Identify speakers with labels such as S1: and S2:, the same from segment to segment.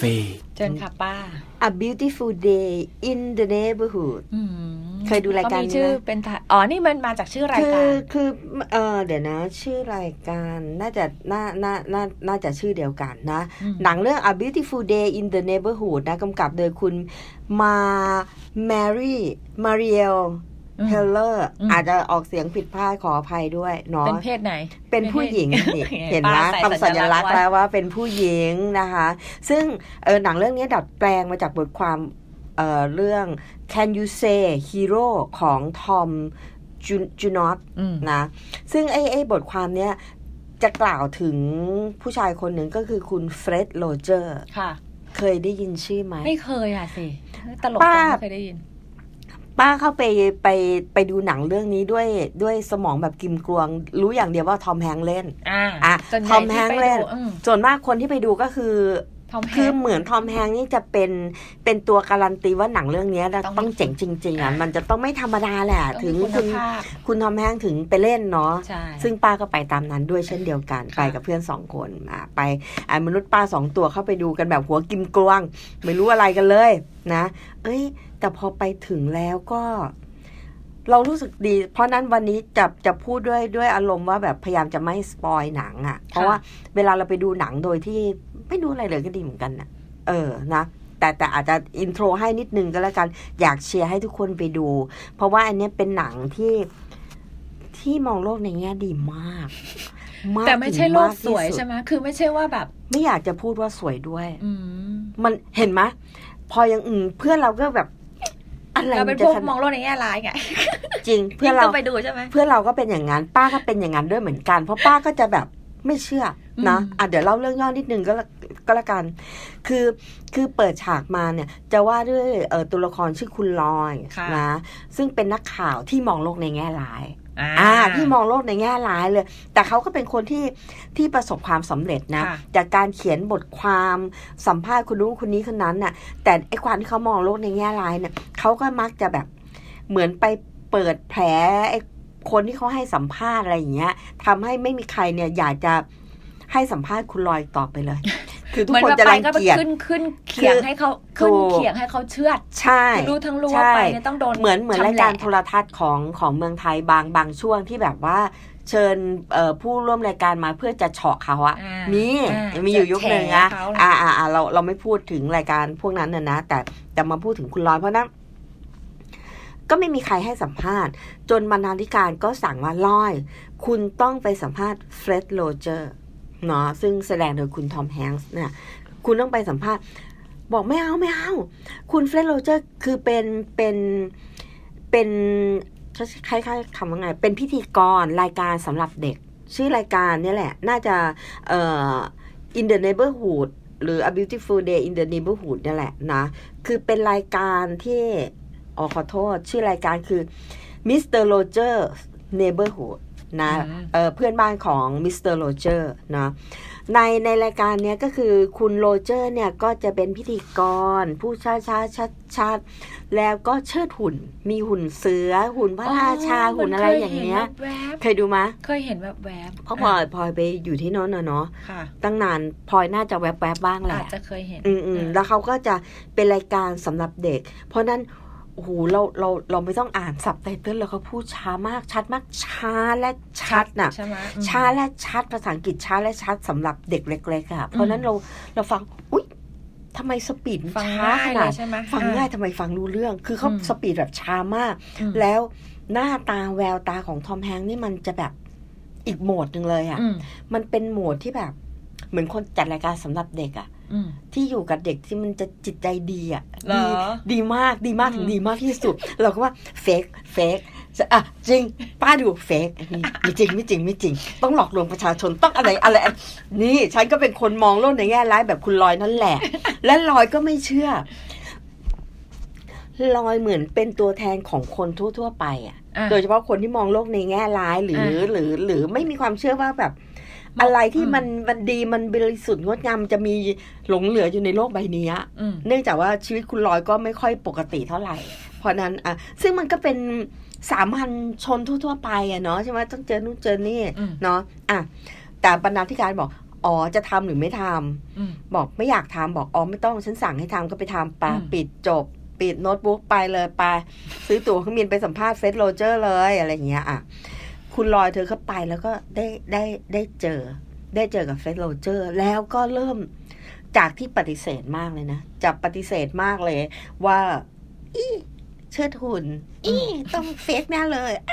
S1: ฟ่
S2: เชิญค่ะป้า
S3: A Beautiful Day in the Neighborhood
S2: อืม
S3: เคยดูรายการ
S2: เข
S3: นี้
S2: มี
S3: ไหม
S2: ชื่อเป็นไทยอ๋อ นี่มันมาจากชื่อราย
S3: คื
S2: กา
S3: อ
S2: ร
S3: คือเออเดี๋ยวนะ ชื่อรายการน่าจะน่าน่าน่าน่าจะชื่อเดียวกันนะ
S2: อืม
S3: หนังเรื่อง A Beautiful Day in the Neighborhood นะกำกับโดยคุณมาแมรี่มาเรียล
S2: ม
S3: เฮลเลอร์
S2: อืม
S3: อาจจะออกเสียงผิดพลาดขออภัยด้วยเนาะ
S2: เป็นเพศไหน
S3: เป็นผู้หญิง
S2: ป็
S3: นี่
S2: พศ
S3: เห็น
S2: ป้า
S3: นะ
S2: ใ
S3: คำสัญลักษณ์
S2: ไ
S3: แล้วว่าเป็นผู้หญิงนะคะ ซึ่งเออหนังเรื่องนี้ดัดแปลงมาจากบทความเออเรื่อง Can You Say Hero ของทอมจูนอต
S2: อืม
S3: นะซึ่งไอ้ไอ้บทความเนี้ยจะกล่าวถึงผู้ชายคนหนึ่งก็คือคุณเฟร็ดโรเจอร์
S2: ค่ะ
S3: เคยได้ยินชื่อไหม
S2: ไม่เคยอ่ะสิ ตลก
S3: ป้า
S2: จังไม่เคยได้ยิน
S3: ป้าเข้าไปไปไปดูหนังเรื่องนี้ด้วยด้วยสมองแบบกิมกรวง รู้อย่างเดียวว่าทอมแฮงค์เล่น
S2: อ่า
S3: อ่ะ
S2: ส่วนใหญ่
S3: ทอมแฮงค์
S2: ที่ไป
S3: เล่น
S2: ดูอืม
S3: ส่วนมากคนที่ไปดูก็คือ
S2: ทอมแฮ
S3: คือง
S2: ค์
S3: เหมือนทอมแฮงค์นี่จะเป็นเป็นตัวการันตีว่าหนังเรื่องเนี้ยนะ
S2: ต้อง
S3: ต้องเจ๋งจริงๆอ่ะมันจะต้องไม่ธรรมดาแหละ ถึง
S2: ต้องมีคุ
S3: คุณ
S2: ณภาพ
S3: คุณทอมแฮงค์ถึงไปเล่นเนาะ
S2: ใช่
S3: ซึ่งป้าก็ไปตามนั้นด้วยเช่นเดียวกัน
S2: ค่ะ
S3: ไปกับเพื่อนสองคนอ่ะไปอ่ะมนุษย์ป้าสองตัวเข้าไปดูกันแบบหัวกิมกลวง ไม่รู้อะไรกันเลยนะ เอ้ย แต่พอไปถึงแล้วก็ เรารู้สึกดี เพราะนั้นวันนี้จะจะพูดด้วยด้วยอารมณ์ว่าแบบพยายามจะไม่สปอยหนังอะ่ะ เพราะว่าเวลาเราไปดูหนังโดยที่ไม่ดูอะไรเลยก็ดีเหมือนกันนะเออนะ แต่แต่อาจจะอินโทรให้นิดนึงก็แล้วกัน อยากเชียร์ให้ทุกคนไปดู เพราะว่าอันเนี้ยเป็นหนังที่ที่มองโลกในแง่ดีม ากาก
S2: แต่ไม่ใช่โลก
S3: ถึ
S2: ส
S3: ง
S2: วย
S3: มากที่ด
S2: ใช่ไหมคือไม่ใช่ว่าแบบ
S3: ไม่อยากจะพูดว่าสวยด้วย
S2: อืม
S3: มันเห็นไหมยพอยังอืมเพื่อนเราก็แบบอะไร
S2: เราเป็น
S3: จะ
S2: พวก
S3: ขนาด
S2: มองโลกในแง่ร้ายไง
S3: จริง เพื่อน
S2: ยิ่ง
S3: เรา
S2: ต้องไปดูใช่ไหม
S3: เพื่อนเราก็เป็นอย่างนั้น ป้าก็เป็นอย่างนั้นด้วยเหมือนกัน เพราะป้าก็จะแบบไม่เชื่อนะ
S2: อืม
S3: อ่ะเดี๋ยวเล่าเรื่องย่อนิดนึงก็ละก็แล้วกัน คือคือเปิดฉากมาเนี่ย จะว่าด้วยเอ่อตัวละครชื่อคุณลอยนะซึ่งเป็นนักข่าวที่มองโลกในแง่ร้าย อ่าที่มองโลกในแง่ร้ายเลย แต่เขาก็เป็นคนที่ที่ประสบความสำเร็จนะ
S2: ค่ะ
S3: จากการเขียนบทความสัมภาษณ์คนนู้นคนนี้คนนั้นน่ะ แต่ไอ้ความที่เขามองโลกในแง่ร้ายเนี่ยเขาก็มักจะแบบเหมือนไปเปิดแผลไอ้คนที่เขาให้สัมภาษณ์อะไรอย่างเงี้ยทำให้ไม่มีใครเนี่ยอยากจะให้สัมภาษณ์คุณลอยต่อไป เลย คือทุก
S2: เหมือน
S3: คน
S2: แบบ
S3: จะ
S2: ไป
S3: รัง
S2: ก็ไป
S3: เกียจ
S2: ขึ้นขึ้นเขียงให้เขาขึ้น
S3: ถูก
S2: เขียงให้เขาเชื่อด
S3: ใช่
S2: รู้ทั้งรู้ว่า
S3: ใช่
S2: ไปเนี่ยต้องโดน
S3: เหมือนเหมือน
S2: ชำ
S3: รายการ
S2: แหละ
S3: โทรทัศน์ของของเมืองไทยบางบางช่วงที่แบบว่า เชิญเอ่อผู้ร่วมรายการมาเพื่อจะเฉาะเขาอะ
S2: อ่า
S3: มี
S2: อ่า
S3: มีอยู่ยุคหนึ่งอะ
S2: จะแฉเขาแหละ
S3: อ่าอ่าอ่าเราเราไม่พูดถึงรายการพวกนั้นนะนะแต่แต่มาพูดถึงคุณลอยเพราะนั้นก็ไม่มีใครให้สัมภาษณ์ จนบรรณาธิการก็สั่งว่าลอย คุณต้องไปสัมภาษณ์เฟร็ดโรเจอร์เนาะซึ่งแสดงโดยคุณทอมแฮงส์เนี่ย คุณต้องไปสัมภาษณ์ บอกไม่เอาไม่เอา คุณเฟรดโรเจอร์คือเป็นเป็นเป็นคล้ายๆคำว่าไง เป็นพิธีกรรายการสำหรับเด็ก ชื่อรายการเนี่ยแหละ น่าจะเอ่อ in the neighborhood หรือ a beautiful day in the neighborhood เนี่ยแหละนะ คือเป็นรายการที่อ๋อขอโทษ ชื่อรายการคือ Mr. Roger Neighborhood นะ
S2: อืม
S3: เอ่อเพื่อนบ้านของมิสเตอร์โรเจอร์นะในในรายการเนี้ยก็คือคุณโรเจอร์เนี่ยก็จะเป็นพิธีกร ผู้ชาชาชาชาแล้วก็เชิดหุ่น มีหุ่นเสือหุ่นพระราชาหุ่นอะไรอย่างเงี้ย เคยดูมะ
S2: เคยเห็นแวบๆเคยเห็นแวบๆ
S3: เพราะพลอยพลอยไปอยู่ที่โน้นนะเนาะ
S2: ค่ะ
S3: ตั้งนานพลอยน่าจะแวบๆบ้าง
S2: อา
S3: แหละ
S2: จจะเคยเห็น
S3: อืมอืมแล้วเขาก็จะเป็นรายการสำหรับเด็ก เพราะนั้นโอ้โหเราเราเราไม่ต้องอ่านสับไตเติ้ลแล้วเขาพูดช้ามากชัดมากช้าและชัดน่ะ
S2: ใช่ไหมอืม
S3: ช้าและชัดภาษาอังกฤษช้าและชัดสำหรับเด็กเล็กๆค่ะเพราะฉะนั้น
S2: อืม
S3: เราเราฟัง อุ๊ยทำไมสปีดมัน
S2: ฟัง
S3: ช้า
S2: ง่า
S3: ข
S2: ย
S3: นา
S2: เล
S3: ด
S2: ยใช่ไหม
S3: ฟังง่ายทำไมฟังรู้เรื่อง คือเขา
S2: อืม
S3: สปีดแบบช้ามาก
S2: อืม
S3: แล้วหน้าตาแววตาของทอมแฮงค์นี่มันจะแบบอีกโหมดหนึ่งเลยอ่ะ
S2: อืม
S3: มันเป็นโหมดที่แบบ เหมือนคนจัดรายการสำหรับเด็กอ่ะ
S2: อืม
S3: ที่อยู่กับเด็กที่มันจะจิตใจดีอ่ะ
S2: เหรอ
S3: ดีดีมากดีมาก
S2: อืม
S3: ถึงดีมากที่สุด เราก็ว่าเฟกเฟกอ่ะจริง ป้าดูเฟกไม่จริงไม่จริงไม่จริง ต้องหลอกลวงประชาชนต้องอะไรอะไร นี่ฉันก็เป็นคนมองโลกในแง่ร้ายแบบคุณลอยนั่น แหละ และลอยก็ไม่เชื่อ ลอยเหมือนเป็นตัวแทนของคนทั่ว ๆ ไปอ่ะ
S2: อ่ะ
S3: โดยเฉพาะคนที่มองโลกในแง่ร้ายหรือ
S2: ม
S3: อหรือหรือไม่มีความเชื่อว่าแบบ อะไรที่
S2: อืม
S3: มันมันดีมันบริสุทธิ์งดงามมันจะมีหลงเหลืออยู่ในโลกใบเนี้ย
S2: อืม
S3: เนื่องจากว่าชีวิตคุณลอยก็ไม่ค่อยปกติเท่าไหร่ เพราะนั้นอ่ะซึ่งมันก็เป็นสามัญชนทั่ว ๆ ไปอะเนาะใช่ไหมต้องเจอนู่นเจอนี่
S2: อืม
S3: เนาะอ่ะแต่บรรณาธิการบอก อ๋อจะทำหรือไม่ทำ
S2: อืม
S3: บอกไม่อยากทำบอกอ๋อไม่ต้องฉันสั่งให้ทำก็ไปทำไป
S2: อืม
S3: ปิดจบ ปิดโน้ตบุ๊กไปเลยไป ซื้อตั๋วเครื่องบินไปสัมภาษณ์เฟสโรเจอร์เลยอะไรอย่างเงี้ยอ่ะคุณลอยเธอเข้าไปแล้วก็ได้ได้ได้เจอ ได้เจอกับเฟสโรเจอร์แล้วก็เริ่มจากที่ปฏิเสธมากเลยนะจะปฏิเสธมากเลยว่า อีเชิดหุ่น อีต้องเฟกแน่เลยอะ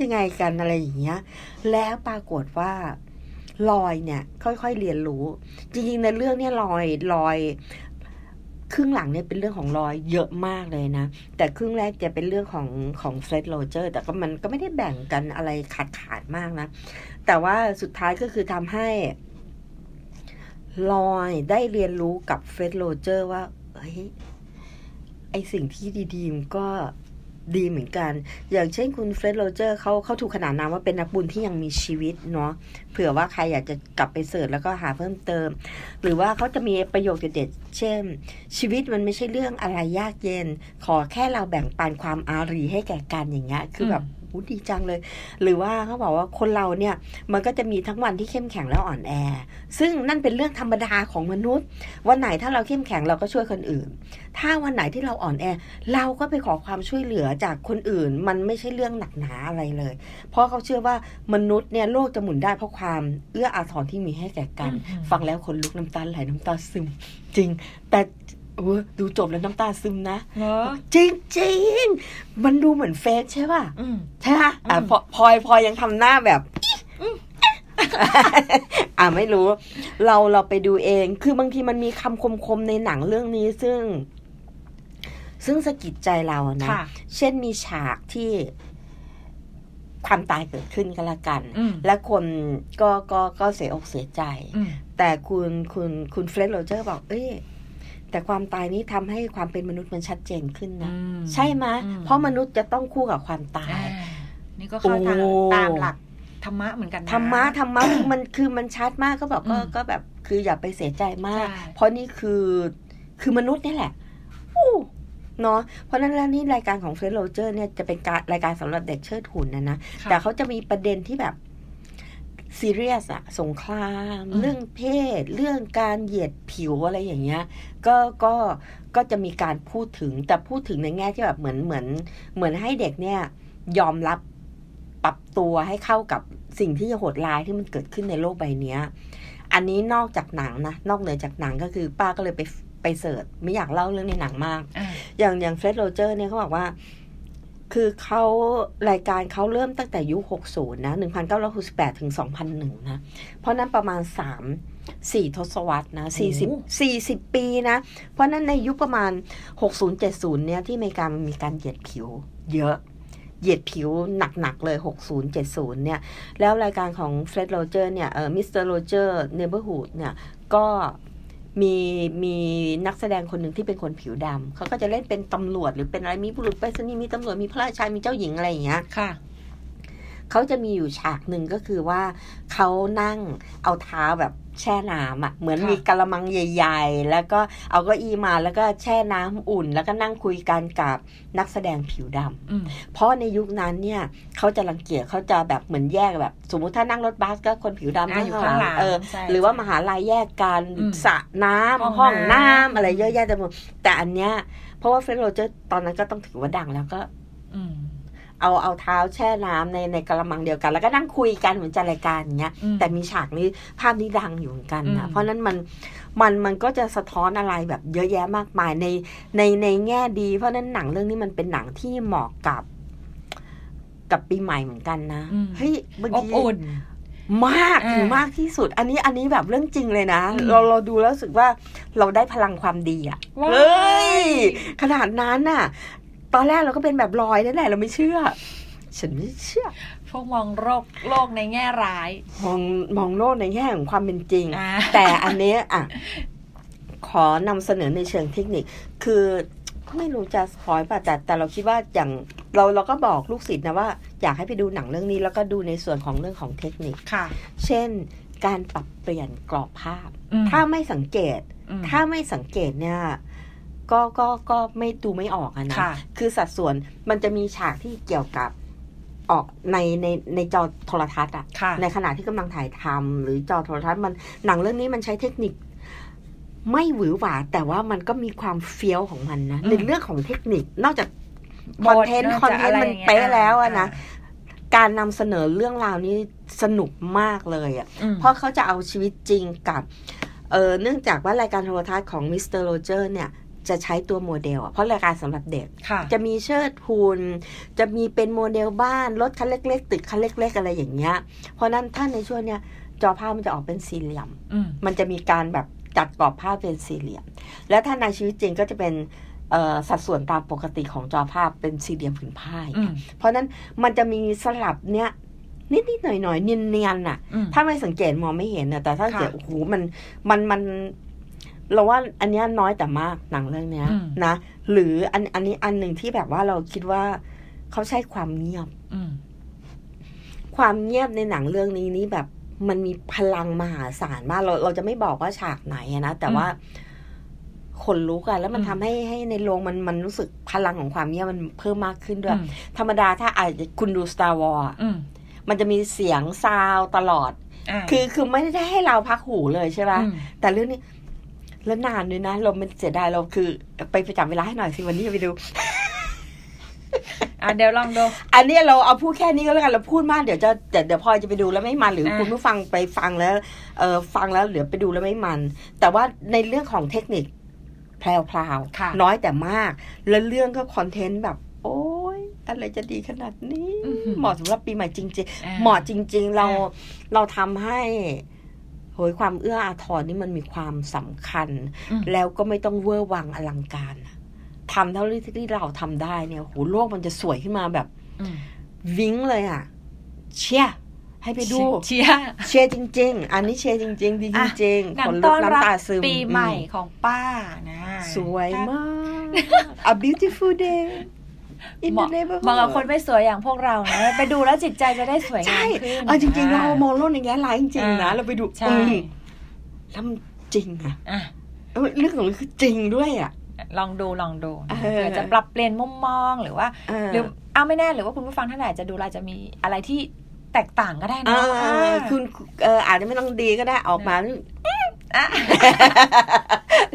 S3: ยังไงกันอะไรอย่างเงี้ย แล้วปรากฏว่าลอยเนี่ย ค่อยๆเรียนรู้ จริงๆในเรื่องเนี่ยลอยลอย ครึ่งหลังเนี่ยเป็นเรื่องของลอยเยอะมากเลยนะ แต่ครึ่งแรกจะเป็นเรื่องของของเฟรดโรเจอร์แต่ก็มันก็ไม่ได้แบ่งกันอะไรขาดขาดๆมากนะ แต่ว่าสุดท้ายก็คือทำให้ลอยได้เรียนรู้กับเฟรดโรเจอร์ว่าเฮ้ยไอสิ่งที่ดีๆมันก็ดีเหมือนกัน อย่างเช่นคุณเฟรดโรเจอร์เขาเขาถูกขนานนามว่าเป็นนักบุญที่ยังมีชีวิตเนาะเผื่อว่าใครอยากจะกลับไปเสิร์ชแล้วก็หาเพิ่มเติม หรือว่าเขาจะมีประโยคเด็ดๆเช่น ชีวิตมันไม่ใช่เรื่องอะไรยากเย็น ขอแค่เราแบ่งปันความอารีให้แก่กันอย่างเงี้ยคือแบบอู้ดีจังเลย หรือว่าเขาบอกว่าคนเราเนี่ยมันก็จะมีทั้งวันที่เข้มแข็งแล้วอ่อนแอ ซึ่งนั่นเป็นเรื่องธรรมดาของมนุษย์ วันไหนถ้าเราเข้มแข็งเราก็ช่วยคนอื่น ถ้าวันไหนที่เราอ่อนแอ เราก็ไปขอความช่วยเหลือจากคนอื่น มันไม่ใช่เรื่องหนักหนาอะไรเลย เพราะเขาเชื่อว่ามนุษย์เนี่ยโลกจะหมุนได้เพราะความเอื้ออาทรที่มีให้แก่กัน
S2: อืม
S3: ฟังแล้วขนลุกน้ำตาไหลน้ำตาซึม จริง แต่เออดูจบแล้วน้ำตาซึมนะ
S2: เหรอ
S3: จริงจริงๆมันดูเหมือนเฟซใช่ป่ะ
S2: อืม
S3: ใช่ไหมอ่ะ
S2: อืม
S3: พอพลอยพลอยยังทำหน้าแบบ อ่ะไม่รู้ เราเราไปดูเอง คือบางทีมันมีคำคมๆในหนังเรื่องนี้ซึ่ง ซึ่งสะกิดใจเราอะนะ
S2: ค่ะ
S3: เช่นมีฉากที่ความตายเกิดขึ้นก็แล้วกัน
S2: อืม
S3: และคนก็ก็ก็เสียอกเสียใจ
S2: อืม
S3: แต่คุณคุณคุณเฟรดโรเจอร์บอก เอ้ยแต่ความตายนี้ทำให้ความเป็นมนุษย์มันชัดเจนขึ้นนะ ใช่ไหม
S2: อื
S3: เพราะมนุษย์จะต้องคู่กับความตา
S2: อ่าย นี่ก็เข้าทาง
S3: โอ้
S2: ตามหลักธรรมะเหมือนกันน
S3: ธรรมะธรรมะ มัน คือมันชัดมากก็แบบก็
S2: อืม
S3: ก็แบบ คืออย่าไปเสียใจมาก
S2: ใช่
S3: เพราะนี่คือคือมนุษย์นี่แหละอู้เนาะเพราะฉะนั้นแล้วนี่รายการของเฟรนโรเจอร์เนี่ยจะเป็นการรายการสำหรับเด็กเชิดหุ่นนะนะ
S2: ค่ะ
S3: แต่เขาจะมีประเด็นที่แบบซีเรียสอะสงคราม
S2: อืม
S3: เรื่องเพศ เรื่องการเหยียดผิวอะไรอย่างเงี้ย ก็ก็ก็จะมีการพูดถึง แต่พูดถึงในแง่ที่แบบเหมือนเหมือน เหมือนให้เด็กเนี่ย ยอมรับปรับตัวให้เข้ากับสิ่งที่โหดร้ายที่มันเกิดขึ้นในโลกใบเนี้ย อันนี้นอกจากหนังนะ นอกเหนือจากหนังก็คือป้าก็เลยไปไปเสิร์ชไม่อยากเล่าเรื่องในหนังมาก
S2: อ่า
S3: อย่างอย่างเฟรดโรเจอร์เนี่ยเขาบอกว่า คือเขารายการเขาเริ่มตั้งแต่ยุค 60 นะ 1968 ถึง 2001 นะ เพราะนั้นประมาณ 3 4 ทศวรรษนะ 40 40 ปีนะ เพราะนั้นในยุคประมาณ 60 70 เนี่ย ที่อเมริกามันมีการเหยียดผิว เยอะ เหยียดผิวหนัก ๆ เลย 60 70 เนี่ย แล้วรายการของเฟรดโรเจอร์เนี่ยเออมิสเตอร์โรเจอร์เนเบอร์ฮูดเนี่ย ก็มีมีนักแสดงคนหนึ่งที่เป็นคนผิวดำเขาก็จะเล่นเป็นตำรวจหรือเป็นอะไรมีบุรุษไปรษณีย์มีตำรวจมีพระราชามีเจ้าหญิงอะไรอย่างเงี้ย
S2: ค่ะ
S3: เขาจะมีอยู่ฉากหนึ่งก็คือว่าเขานั่งเอาเท้าแบบแช่น้ำอะ่ะเหมือน
S2: ค่ะ
S3: มีกระมังใหญ่ ๆ แล้วก็เอาเก็อีมาแล้วก็แช่น้ำอุ่น แล้วก็นั่งคุยกันกับนักแสดงผิวดำ
S2: อืม
S3: เพราะในยุคนั้นเนี่ยเขาจะรังเกียจเขาจะแบบเหมือนแยกแบบ สมมุติถ้านั่งรถบัสก็คนผิวดำ
S2: อ่า
S3: นั่ง
S2: อยู่
S3: ข้างหลั
S2: ข้า
S3: ง
S2: งหลัง
S3: เออ
S2: ใช่
S3: หรือว่าม
S2: ใช่
S3: หาลัยแยกกัน
S2: อืม
S3: สระน้ำ
S2: ห้
S3: ห้อ
S2: อง งน้ำ
S3: น้ำอะไรเยอะแยะเต็มไปหมดแต่อันเนี้ยเพราะว่าเฟรนโรเจอร์ตอนนั้นก็ต้องถือว่าดังแล้วก็
S2: อืม
S3: เอาเอาเท้าแช่น้ำในในกระมังเดียวกัน แล้วก็นั่งคุยกันเหมือนจัดรายการอย่างเงี้ย
S2: อืม
S3: แต่มีฉากนี้ภาพนี้ดังอยู่เหมือนกันนะ
S2: อืม
S3: เพราะฉะนั้นมันมันมันก็จะสะท้อนอะไรแบบเยอะแยะมากมายในในในแง่ดี เพราะฉะนั้นหนังเรื่องนี้มันเป็นหนังที่เหมาะกับ กับปีใหม่เหมือนกันนะ
S2: อืม
S3: เฮ้ยบาง
S2: อบ
S3: ที
S2: อุ่น
S3: มาก
S2: อ่า
S3: ถึงมากที่สุด อันนี้อันนี้แบบเรื่องจริงเลยนะ
S2: อืม
S3: เราเราดูแล้วรู้สึกว่าเราได้พลังความดีอะ
S2: ว้า
S3: เฮ้ย ขนาดนั้นน่ะ ตอนแรกเราก็เป็นแบบลอยนั่นแหละเราไม่เชื่อ ฉันไม่เชื่อ
S2: พวกมองโลกโลกในแง่ร้าย
S3: มองมองโลกในแง่ของความเป็นจริง
S2: อ่า
S3: แต่อันเนี้ยอ่ะ ขอนำเสนอในเชิงเทคนิค คือไม่รู้จะสปอยล์ป่ะแต่แต่เราคิดว่าอย่างเราเราก็บอกลูกศิษย์นะว่า อยากให้ไปดูหนังเรื่องนี้ แล้วก็ดูในส่วนของเรื่องของเทคนิค
S2: ค่ะ
S3: เช่น การปรับเปลี่ยนกรอบภาพ
S2: อืม
S3: ถ้าไม่สังเกต
S2: อืม
S3: ถ้าไม่สังเกตเนี่ยก็ก็ก็ไม่ดูไม่ออกอะนะ
S2: ค่ะ
S3: คือสัดส่วนมันจะมีฉากที่เกี่ยวกับ ออกในในในจอโทรทัศน์อะ
S2: ค่ะ
S3: ในขณะที่กำลังถ่ายทำหรือจอโทรทัศน์มันหนังเรื่องนี้มันใช้เทคนิค ไม่หวือหวา แต่ว่ามันก็มีความเฟี้ยวของมันนะ
S2: อืม
S3: ในเรื่องของเทคนิคนอกจาก
S2: บ
S3: คอน
S2: ท
S3: เทนต์
S2: า
S3: คอน
S2: จะ
S3: เทนต์
S2: ไร
S3: มัน
S2: ย่างงี้ย
S3: เป๊ะแล้วอะนะ
S2: อ่
S3: การนำเสนอเรื่องราวนี้สนุกมากเลยอะ
S2: อืม
S3: เพราะเขาจะเอาชีวิตจริงกับเออเนื่องจากว่ารายการโทรทัศน์ของมิสเตอร์โรเจอร์เนี่ยจะใช้ตัวโมเดลอะเพราะรายการสำหรับเด็ก
S2: ค่ะ
S3: จะมีเชิดหุ่นจะมีเป็นโมเดลบ้าน รถคันเล็ก ๆ ตึกคันเล็ก ๆ อะไรอย่างเงี้ย เพราะนั้นถ้าในช่วงเนี้ยจอภาพมันจะออกเป็นสี่เหลี่ยม
S2: อืม
S3: มันจะมีการแบบจัดกรอบภาพเป็นสี่เหลี่ยม และถ้าในชีวิตจริงก็จะเป็นเอ่อสัดส่วนตามปกติของจอภาพเป็นสี่เหลี่ยมผืนผ้าอย่าง
S2: อื
S3: เงี้ย
S2: ม
S3: เพราะนั้นมันจะมีสลับเนี้ยนิดๆหน่อยๆเนียนๆน่ะ
S2: อืม
S3: ถ้าไม่สังเกตมองไม่เห็นนะแต่ถ้า
S2: ค่ะ
S3: เกิดโอ้โหมันมันมันเราว่าอันเนี้ยน้อยแต่มากหนังเรื่องเนี้ย
S2: อืม
S3: นะ หรืออันอันนี้อันหนึ่งที่แบบว่าเราคิดว่าเขาใช้ความเงียบ
S2: อืม
S3: ความเงียบในหนังเรื่องนี้นี่แบบมันมีพลังมหาศาลมากเราเราจะไม่บอกว่าฉากไหนอะนะแต่ว่าคนลุกอะแล้วมันทำให้ให้ในโรงมันมันรู้สึกพลังของความเงียบมันเพิ่มมากขึ้นด้วย ธรรมดาถ้าอาจจะคุณดู Star Wars อะ
S2: อืม
S3: มันจะมีเสียงซาวตลอด
S2: า
S3: คือคือไม่ได้ให้เราพักหูเลยใช่ปะ
S2: อืม
S3: แต่เรื่องนี้แล้วนานด้วยนะเรามันเสียดายเราคือไปไปจับเวลาให้หน่อยสิวันนี้จะไปดู
S2: อ่ะเดี๋ยวลองดู
S3: อันนี้เราเอาพูดแค่นี้ก็แล้วกันเราพูดมากเดี๋ยวจะเดี๋ยวเดี๋ยวพลอยจะไปดูแล้วไม่มันหรือ
S2: อ่ะ
S3: คุณผู้ฟังไปฟังแล้วเออฟังแล้วเดี๋ยวไปดูแล้วไม่มัน แต่ว่าในเรื่องของเทคนิคแพรวพราวๆ
S2: ค่ะ
S3: น้อยแต่มาก แล้วเรื่องก็คอนเทนต์แบบ โอ้ยอะไรจะดีขนาดนี้
S2: อื้อหือ
S3: เหมาะสำหรับปีใหม่จริง
S2: อ่
S3: ๆ เหมาะจริง ๆ เรา
S2: อ่ะ
S3: เราทำให้โหยความเอื้ออาทรนี่มันมีความสำคัญ
S2: อืม
S3: แล้วก็ไม่ต้องเวอร์วังอลังการอะทำเท่าที่ที่เราทำได้เนี่ยโหโลกมันจะสวยขึ้นมาแบบ
S2: อืม
S3: วิ้งเลยอ่ะ เชียร์ให้ไปดู
S2: เชียร์
S3: เชียร์จริง ๆ อันนี้เชียร์จริง ๆ ดีจ
S2: อ่ะ
S3: ริง
S2: หนั
S3: ๆข
S2: ง
S3: น
S2: ต้
S3: ลุ
S2: อก นรับ
S3: น้ำตาซึม
S2: ปีใหม่
S3: อื
S2: ของป้านะ
S3: มสวย
S2: ถ้า
S3: มาก a beautiful day in
S2: เห
S3: the
S2: มาะ
S3: neighborhood
S2: เหมาะกับคนไม่สวยอย่างพวกเรานะ ไปดูแล้วจิตใจจะได้สวยงา
S3: ใช่
S2: มขึ้น
S3: เออจริง ๆ
S2: อ่
S3: เรามองโลกในแง่ร้ายจริง ๆ นะ
S2: อ่า
S3: เราไปดู
S2: ใช่
S3: อืมแล้วมันจริงอ่ะ
S2: อ่ะ
S3: เออเรื่องของมันคือจริงด้วยอ่ะ
S2: ลองดูลองดูนะ
S3: เออ
S2: เผื่อจะปรับเปลี่ยนมุมมองหรือว่า
S3: เออ
S2: หรือเอาไม่แน่หรือว่าคุณผู้ฟังท่านไหนจะดูแลวจะมีอะไรที่แตกต่างก็ได้นะ
S3: อ่า
S2: อ่า
S3: คุณเอออาจจะไม่ต้องดีก็ได้ออกมา
S2: อ่ะ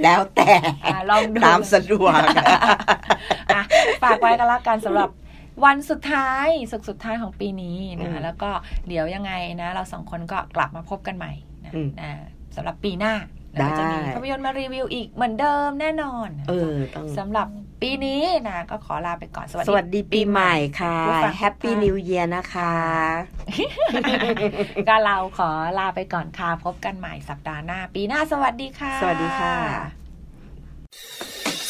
S3: แล้วแต่
S2: อ่ะลองดู
S3: ตามสะดวก
S2: อ่ะฝากไว้ก็แล้วกันสำหรับวันสุดท้ายสุดสุดท้ายของปีนี้นะแล้วก็เดี๋ยวยังไงนะ เราสองคนก็กลับมาพบกันใหม่นะอ่าสำหรับปีหน้าเดี๋ยวจะมีภาพยนตร์มารีวิวอีกเหมือนเดิมแน่นอนนะ
S3: เออต้อง
S2: สำหรับปีนี้นะก็ขอลาไปก่อน สวัส
S3: ส
S2: ดี
S3: วัสดีปีใหม่ค่ะ
S2: ผู้ฟังทุกท่าน
S3: แฮปปี้นิวเยียร์นะคะ
S2: ก็เราขอลาไปก่อนค่ะ พบกันใหม่สัปดาห์หน้า ปีหน้าสวัสดีค่ะ
S3: สวัสดีค่ะ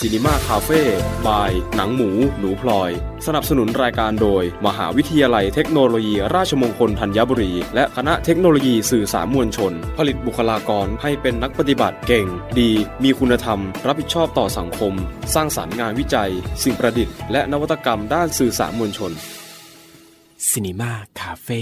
S1: ซีนีมาคาเฟ่บาย หนังหมู หนูพลอย สนับสนุนรายการโดย มหาวิทยาลัยเทคโนโลยี ราชมงคลธัญบุรี และคณะเทคโนโลยีสื่อสารมวลชน ผลิตบุคลากรให้เป็นนักปฏิบัติเก่ง ดี มีคุณธรรม รับผิดชอบต่อสังคม สร้างสารรค์งานวิจัย สิ่งประดิษฐ์และนวัตกรรมด้านสื่อสารมวลชน
S4: Cinema Cafe